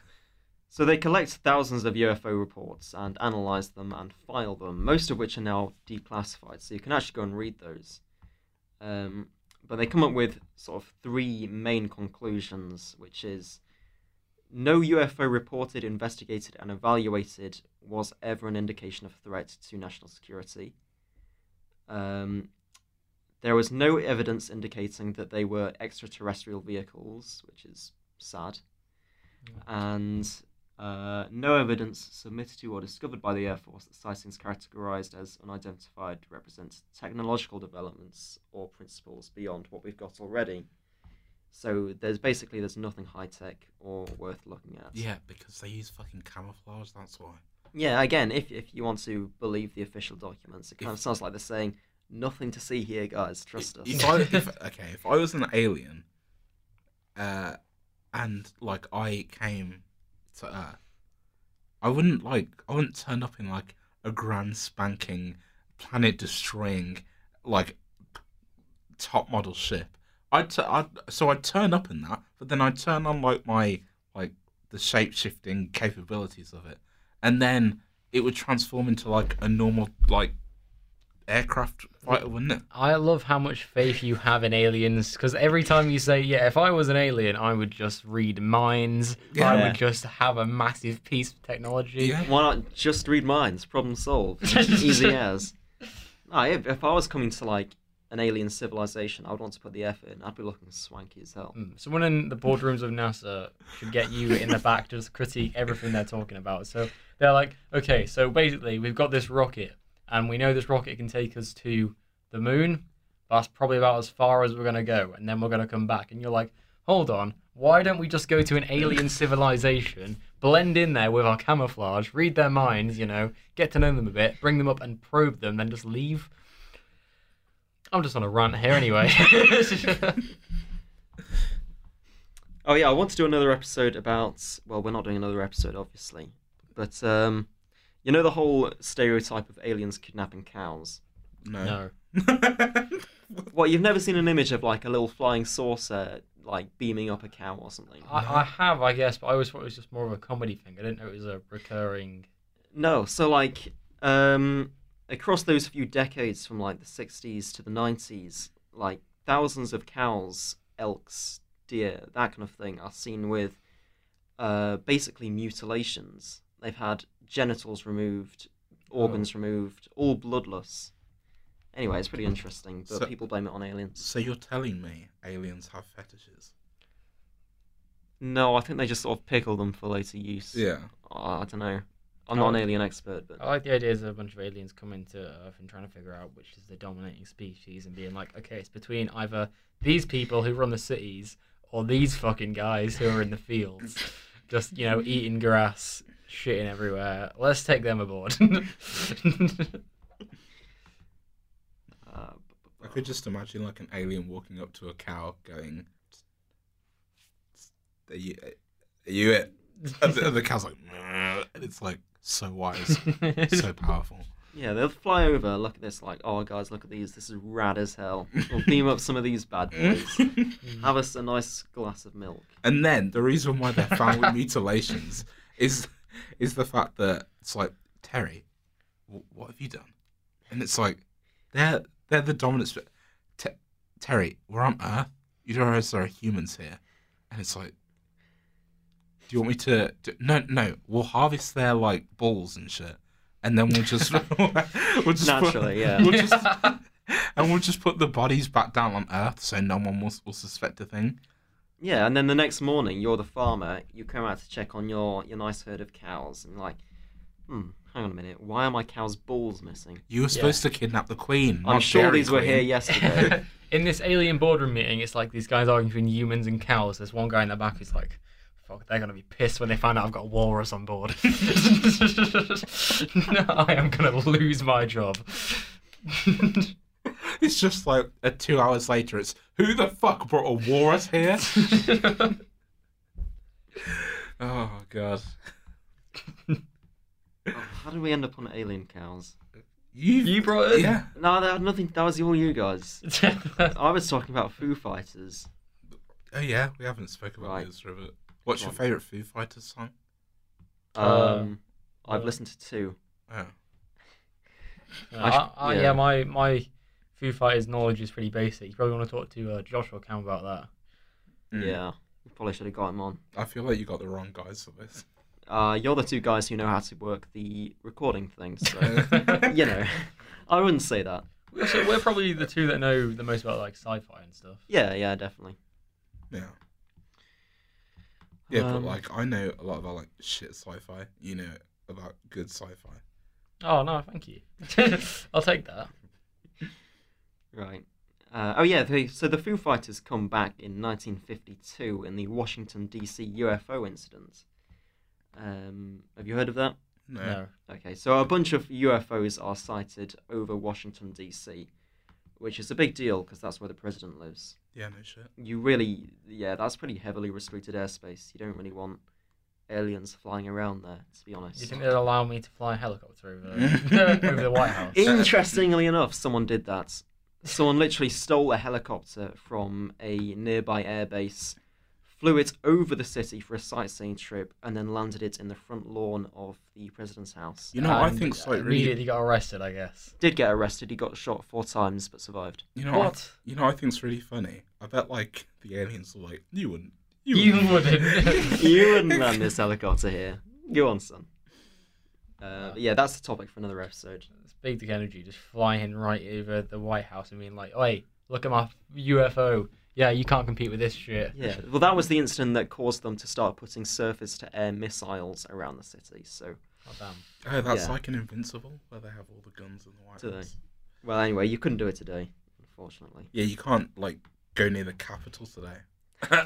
So they collect thousands of UFO reports and analyze them and file them, most of which are now declassified, so you can actually go and read those. Um, but they come up with sort of three main conclusions, which is no UFO reported, investigated, and evaluated was ever an indication of threat to national security. Um, there was no evidence indicating that they were extraterrestrial vehicles, which is sad and uh, no evidence submitted to or discovered by the Air Force that sightings categorized as unidentified represent technological developments or principles beyond what we've got already. So there's basically there's nothing high tech or worth looking at. Yeah, because they use fucking camouflage. That's why. Yeah, again, if if you want to believe the official documents, it kind If- of sounds like they're saying nothing to see here, guys. Trust us. If I, if, okay, if I was an alien, uh, and like I came to Earth, I wouldn't like I wouldn't turn up in like a grand spanking, planet destroying, like top model ship. I'd, t- I'd so I'd turn up in that, but then I'd turn on like my like the shape shifting capabilities of it, and then it would transform into like a normal like aircraft fighter, wouldn't it? I love how much faith you have in aliens because every time you say, "Yeah, if I was an alien, I would just read minds. I Yeah. would just have a massive piece of technology." Yeah. Why not just read minds? Problem solved. Easy as. No, if, if I was coming to like an alien civilization, I would want to put the effort in. I'd be looking swanky as hell. Mm, Someone in the boardrooms of NASA should get you in the back to just critique everything they're talking about. So they're like, okay, so basically we've got this rocket, and we know this rocket can take us to the moon. But that's probably about as far as we're gonna go, and then we're gonna come back. And you're like, hold on, why don't we just go to an alien civilization, blend in there with our camouflage, read their minds, you know, get to know them a bit, bring them up and probe them, then just leave. I'm just on a rant here anyway. Oh yeah, I want to do another episode about. Well, we're not doing another episode, obviously, but um, you know the whole stereotype of aliens kidnapping cows. No. no. Well, you've never seen an image of like a little flying saucer like beaming up a cow or something. I, I have, I guess, but I always thought it was just more of a comedy thing. I didn't know it was a recurring. No, so like um, across those few decades from like the 60s to the 90s, like thousands of cows, elks, deer, that kind of thing are seen with uh, basically mutilations. They've had genitals removed, organs removed, all bloodless. Anyway, it's pretty interesting, but So- people blame it on aliens. So you're telling me aliens have fetishes? No, I think they just sort of pickle them for later use. Yeah. Oh, I don't know. I'm not an Oh. alien expert, but I like the idea of a bunch of aliens coming to Earth and trying to figure out which is the dominating species and being like, okay, it's between either these people who run the cities or these fucking guys who are in the fields, just you know eating grass, shitting everywhere. Let's take them aboard. uh, I could just imagine like an alien walking up to a cow, going, "Are you, are you it?" And the, and the cow's like, "Nah," and it's like so wise, so powerful. Yeah, they'll fly over, look at this, like, oh, guys, look at these. This is rad as hell. We'll beam up some of these bad boys. Have us a nice glass of milk. And then the reason why they're found with mutilations is is the fact that it's like Terry, w- what have you done? And it's like they're they're the dominant. Spe- Te- Terry, we're on Earth. You don't realize there are humans here, and it's like, do you want me to? Do- no, no. We'll harvest their like balls and shit, and then we'll just we'll just put- Naturally, yeah. We'll just, and we'll just put the bodies back down on Earth, so no one will, will suspect a thing. Yeah, and then the next morning, you're the farmer. You come out to check on your, your nice herd of cows, and you're like, hmm, hang on a minute. Why are my cow's balls missing? You were supposed to kidnap the queen. I'm not sure Dairy these were Queen. here yesterday. in this alien boardroom meeting, it's like these guys arguing between humans and cows. There's one guy in the back who's like, "Fuck, they're gonna be pissed when they find out I've got a walrus on board. I am gonna lose my job." It's just like uh, two hours later. It's who the fuck brought a walrus here? oh god, oh, how did we end up on alien cows? you brought it. yeah. No, that had nothing. That was all you guys. I was talking about Foo Fighters. Oh yeah, we haven't spoken about Right. this, Robert. What's your Go favorite Foo Fighters song? Uh, Um, I've uh, listened to two. Oh. Yeah, I sh- I- I- yeah. yeah, my my Foo Fighters knowledge is pretty basic. You probably want to talk to uh, Joshua Cam about that. Mm. Yeah, we probably should have got him on. Hmm. I feel like you got the wrong guys for this. Uh, you're the two guys who know how to work the recording thing, so you know. I wouldn't say that. We also, we're probably the two that know the most about like sci-fi and stuff. Yeah, yeah, definitely. Yeah. Yeah, but Um, like I know a lot about like shit sci-fi. You know about good sci-fi. Oh no, thank you. I'll take that. Right. Uh, oh yeah, they, so the Foo Fighters come back in 1952 in the Washington D.C. UFO incident. Um, have you heard of that? No. No. Okay, so a bunch of UFOs are sighted over Washington D.C., which is a big deal because that's where the president lives. Yeah, no shit. you really yeah that's pretty heavily restricted airspace you don't really want aliens flying around there to be You honest think they'd allow me to fly a helicopter over, over the White House? interestingly enough someone did that someone literally stole a helicopter from a nearby airbase flew it over the city for a sightseeing trip, and then landed it in the front lawn of the president's house. You know, I And think so. It Um, Immediately really. got arrested, I guess. Did get arrested. He got shot four times, but survived. You know, I, What? you know, I think it's really funny. I bet like the aliens were like, you wouldn't. You wouldn't. You wouldn't land this helicopter here. Go on, son. Uh, but yeah, that's the topic for another episode. It's big dick energy just flying right over the White House and being like, "Oi, look at my UFO. Yeah, you can't compete with this shit." Yeah, well, that was the incident that caused them to start putting surface-to-air missiles around the city. So, Oh, damn. Oh, that's Yeah. like an Invincible where they have all the guns in the White Do they? House. well, anyway, you couldn't do it today, unfortunately. Yeah, you can't like go near the capital today.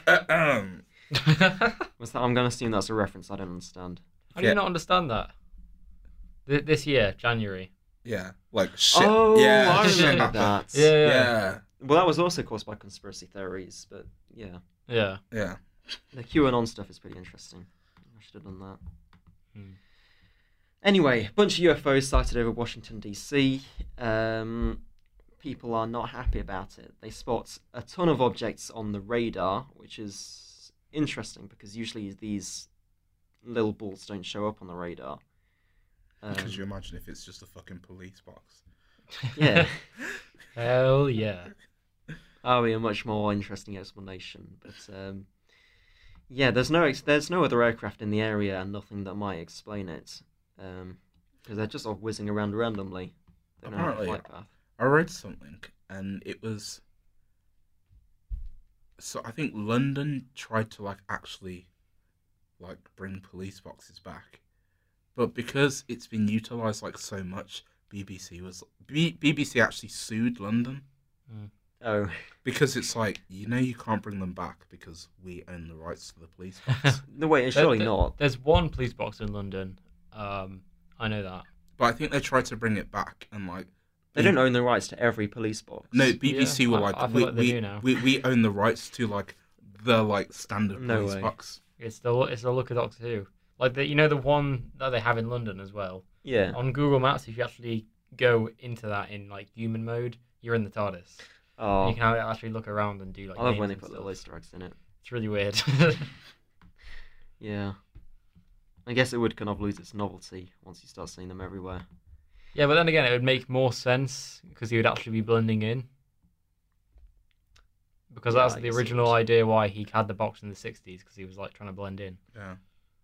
Was that, I'm going to assume that's a reference I don't understand. How do Yeah. you not understand that? Th- this year, January. yeah, like shit. Oh, yeah, I shit remember happened. that. Yeah, yeah, yeah. Yeah, Well, that was also caused by conspiracy theories, but yeah, yeah. yeah. the QAnon stuff is pretty interesting. I should have done that. Hmm. Anyway, bunch of UFOs sighted over Washington D.C. Um, people are not happy about it. They spot a ton of objects on the radar, which is interesting because usually these little balls don't show up on the radar. Um, Could you imagine if it's just a fucking police box? yeah. Hell yeah. That would be a Oh, much more interesting explanation. But um, yeah, there's no ex- there's no other aircraft in the area and nothing that might explain it because they're just sort of whizzing around randomly. They don't have a Apparently. flight path. I read something, and it was. So I think London tried to like actually, like bring police boxes back, but because it's been utilized like so much, BBC was B- BBC actually sued London Oh, because it's like you know you can't bring them back because we own the rights to the police box. no wait, it's surely There- there- not. There's one police box in London. Um, I know that. but I think they tried to bring it back and like They don't own the rights to every police box. No, BBC Yeah, were I- like, I feel we, like they we, do now." we we own the rights to like the like standard No police way. box. It's the it's the look of Doctor Who. Like the you know the one that they have in London as well. Yeah. On Google Maps, if you actually go into that in like human mode, you're in the TARDIS. Oh, You can actually look around and do like. I love when names they and put stuff. little Easter eggs in it. It's really weird. Yeah. I guess it would kind of lose its novelty once you start seeing them everywhere. yeah, but then again, it would make more sense because he would actually be blending in. Because Yeah, that's I the guess it original would. idea why he had the box in the '60s because he was like trying to blend in. Yeah,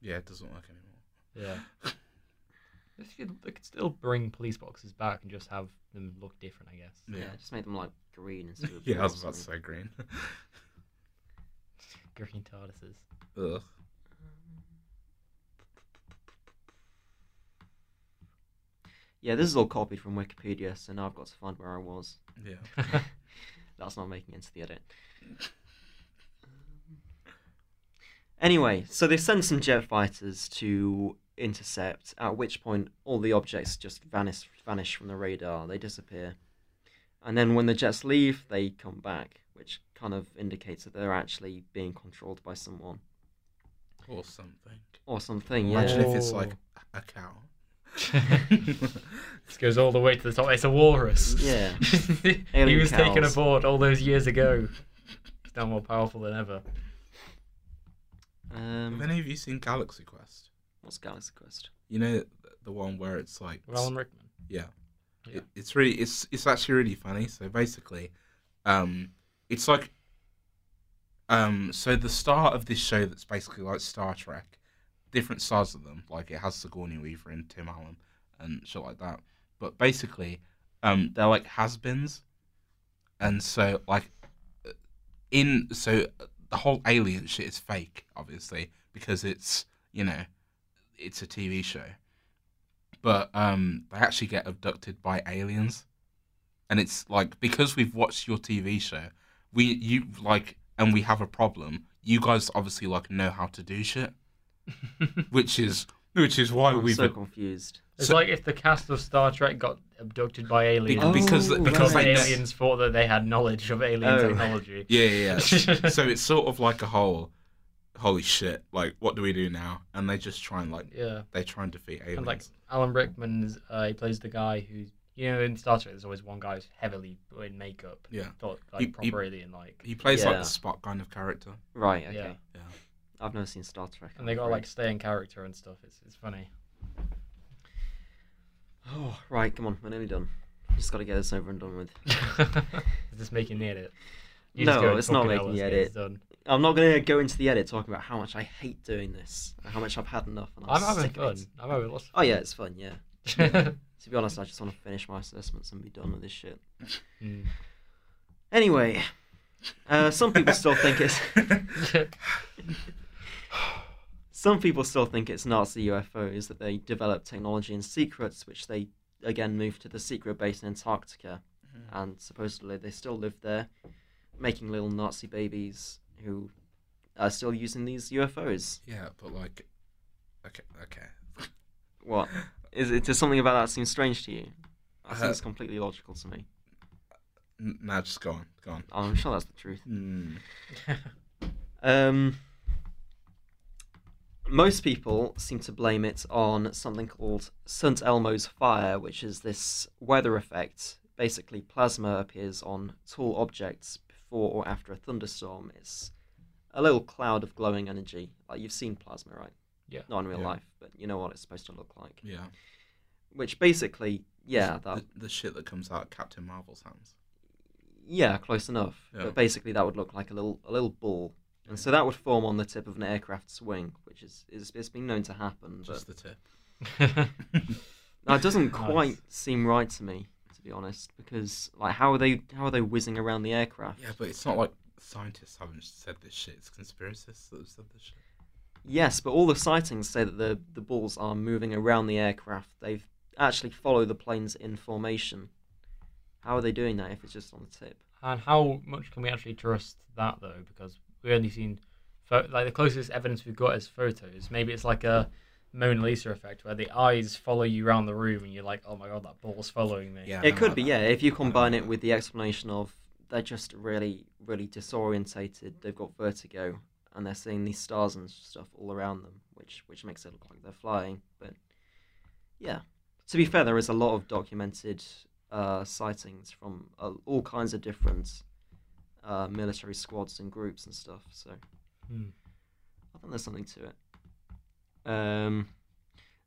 yeah, it doesn't work anymore. Yeah. They could- they could still bring police boxes back and just have them look different, I guess. Yeah. Yeah, just make them like green instead of. yeah, I blue or was about to something. say green. Green TARDISes. Ugh. Yeah, this is all copied from Wikipedia, so now I've got to find where I was. Yeah, That's not making it into the edit. Um, Anyway, so they send some jet fighters to intercept, at which point all the objects just vanish vanish from the radar, they disappear. And then when the jets leave, they come back, which kind of indicates that they're actually being controlled by someone or something. or something. Yeah. Imagine if it's Oh. like a cow. this goes all the way to the top. It's a walrus. Yeah. he Alien was taken cows. aboard all those years ago. He's now more powerful than ever. Have Um, any of you seen Galaxy Quest? what's Galaxy Quest? You know th- the one where it's like With Alan Rickman. Yeah. Yeah. It, it's really it's it's actually really funny. So basically, um it's like um so the star of this show that's basically like Star Trek, different stars of them, like it has Sigourney Weaver and Tim Allen and shit like that. But basically, um they're like has beens. And so like uh, in so uh, the whole alien shit is fake, obviously, because it's you know, it's a TV show but um, they actually get abducted by aliens, and it's like because we've watched your TV show, we you like, and we have a problem. You guys obviously like know how to do shit, which is which is Oh, why I'm we've so confused. It's So- like if the cast of Star Trek got abducted by aliens. Oh, because right. because because they know- aliens thought that they had knowledge of alien Oh. technology. yeah yeah. yeah. so it's sort of like a whole, holy shit! Like what do we do now? And they just try and like Yeah. they try and defeat aliens. And like Alan Rickman's, uh, he plays the guy who you know, in Star Trek, there's always one guy who's heavily in makeup, Yeah. thought You- like you- proper alien like, He plays like Yeah. the Spock kind of character. Right. Okay. Yeah. Yeah. I've never seen Star Trek. and they I'm got to afraid. like stay in character and stuff. It's it's funny. Oh, right. Come on. We're nearly done. Just got to get this over and done with. Is this making the edit? No, go and it's not fucking making hours the to get this edit. done. I'm not going to go into the edit talking about how much I hate doing this, and how much I've had enough. And I'm, I'm having sick of fun. it. I'm having lots. Oh Of yeah, it's fun. Yeah. fun. To be honest, I just want to finish my assessments and be done with this shit. Mm. Anyway, uh, some people still think it's some people still think it's Nazi UFOs that they develop technology in secrets, which they again moved to the secret base in Antarctica, and supposedly they still live there, making little Nazi babies who are still using these UFOs. yeah, but like, okay, okay. What is it? Does something about that seem strange to you? That Uh, seems completely logical to me. N- Now just go on, go on. I'm sure that's the truth. Hmm. Um, most people seem to blame it on something called St. Elmo's fire, which is this weather effect. Basically, plasma appears on tall objects before or after a thunderstorm. It's a little cloud of glowing energy. Like you've seen plasma, right? Yeah. Not in real Yeah. life, but you know what it's supposed to look like. Yeah. Which basically, yeah, that The, the shit that comes out of Captain Marvel's hands. Yeah, close enough. Yeah. But basically, that would look like a little a little ball, and so that would form on the tip of an aircraft's wing, which is, is it's been known to happen. But Just the tip. now, it doesn't Nice. quite seem right to me, to be honest, because like how are they how are they whizzing around the aircraft? Yeah, but it's not like scientists haven't said this shit. It's conspiracists that have said this shit. Yes, but all the sightings say that the the balls are moving around the aircraft. They've actually follow the planes in formation. How are they doing that if it's just on the tip? and how much can we actually trust that though? Because we only seen pho- like the closest evidence we've got is photos. Maybe it's like a Mona Lisa effect where the eyes follow you around the room and you're like, oh my god, that ball's following me. Yeah, I It don't could like be, that. yeah. If you don't combine it like that. with the explanation of they're just really, really disorientated. They've got vertigo, and they're seeing these stars and stuff all around them, which which makes it look like they're flying. But yeah, to be fair, there is a lot of documented uh, sightings from uh, all kinds of different uh, military squads and groups and stuff. So Hmm. I think there's something to it. Um,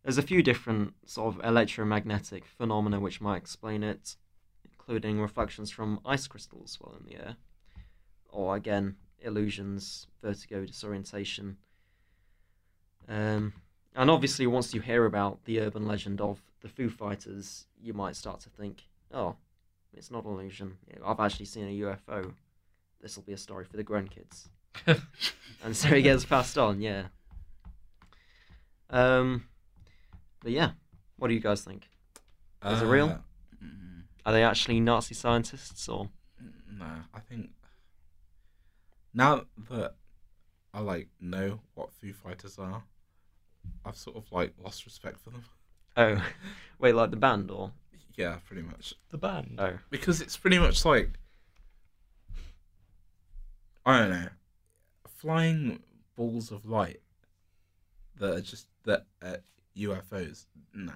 there's a few different sort of electromagnetic phenomena which might explain it, including reflections from ice crystals while in the air, or again, illusions, vertigo, disorientation. Um, and obviously, once you hear about the urban legend of the Foo Fighters, you might start to think, oh, it's not an illusion. I've actually seen a UFO. This will be a story for the grandkids and so he gets passed on. Yeah. Um, but yeah, what do you guys think? Is it real? Ah. mm, Are they actually Nazi scientists or? No, I think now that I like know what Foo Fighters are, I've sort of like lost respect for them. Oh, wait, like the band or? Yeah, pretty much. The band. Oh, Because it's pretty much like I don't know, flying balls of light that are just that uh, UFOs. Nah,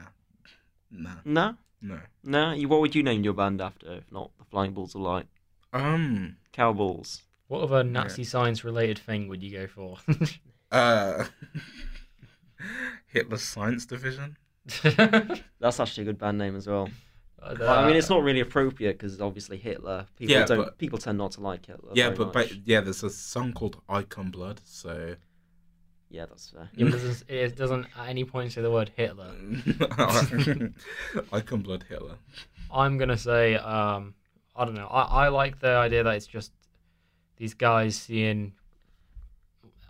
nah, no, no. no. You, what would you name your band after if not the Flying Balls of Light? Um. Cowballs. What other Nazi science related thing would you go for? Uh, Hitler's Science Division. That's actually a good band name as well. I don't Well, I mean, it's know. not really appropriate because obviously Hitler. People uh, Yeah, don't. but- People tend not to like Hitler. yeah, very but, much. but yeah, there's a song called Icon Blood. So yeah, that's fair. Yeah, but it doesn't, it doesn't at any point say the word Hitler. Icon Blood Hitler. I'm gonna say um, I don't know. I, I like the idea that it's just these guys seeing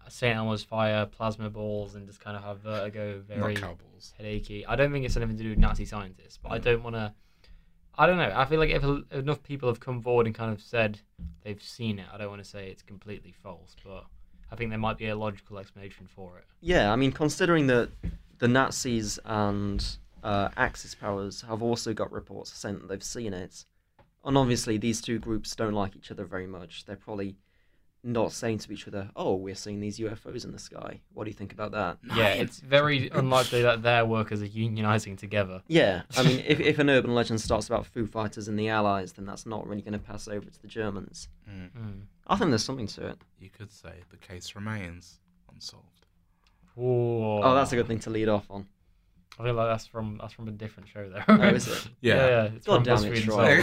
Saint Elmo's fire, plasma balls, and just kind of have vertigo, very Not cowballs. headachy. I don't think it's anything to do with Nazi scientists, but I don't want to. I don't know. I feel like if el- enough people have come forward and kind of said they've seen it, I don't want to say it's completely false, but I think there might be a logical explanation for it. Yeah, I mean, considering that the Nazis and uh, Axis powers have also got reports saying that they've seen it, and obviously these two groups don't like each other very much. They're probably not saying to each other, "Oh, we're seeing these UFOs in the sky." What do you think about that? Yeah, it's very unlikely that their workers are unionizing together. Yeah, I mean, if, if an urban legend starts about Foo Fighters and the Allies, then that's not really going to pass over to the Germans. Mm. Mm. I think there's something to it. You could say the case remains unsolved. Whoa. Oh, that's a good thing to lead off on. I feel like that's from that's from a different show there. Oh, is it? Yeah, yeah. it's God from damn it, BuzzFeed Troy.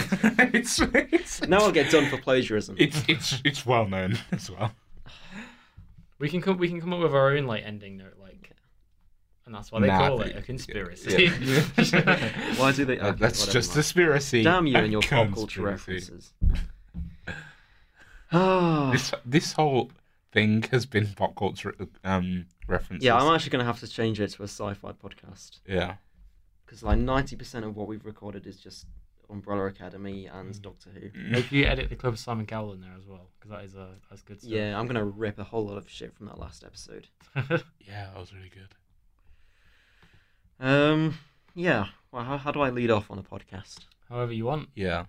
itself. it's, it's, Now I'll get done for plagiarism. it's it's it's well known as well. We can come. We can come up with our own like ending note, like, and that's why they Nah, I call think- it a conspiracy. yeah. Why do they? Uh, okay, that's whatever, just man. conspiracy. Damn you A and your pop culture conspiracy. references. Ah. This this whole thing has been pop culture um references. yeah, I'm actually going to have to change it to a sci-fi podcast yeah. because like 90% of what we've recorded is just Umbrella Academy Mm. and Doctor Who. Make you edit the clip of Simon Cowell in there as well, because that is uh, that's good stuff. Yeah, I'm going to rip a whole lot of shit from that last episode. Yeah, that was really good. Um, yeah. Well, how, how do I lead off on a podcast? However you want. Yeah,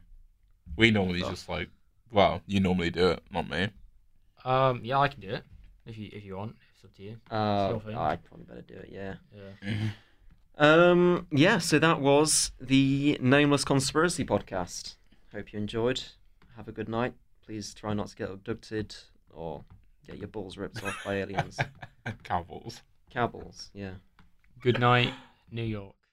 we normally Stuff. just like, well, you normally do it, not me. Um, yeah, I can do it if you if you want. It's up to you. Uh, Sure thing. I probably better do it. Yeah. Yeah. Um, yeah. So that was the Nameless Conspiracy podcast. Hope you enjoyed. Have a good night. Please try not to get abducted or get your balls ripped off by aliens. Cowboys. Cowballs. Yeah. Good night, New York.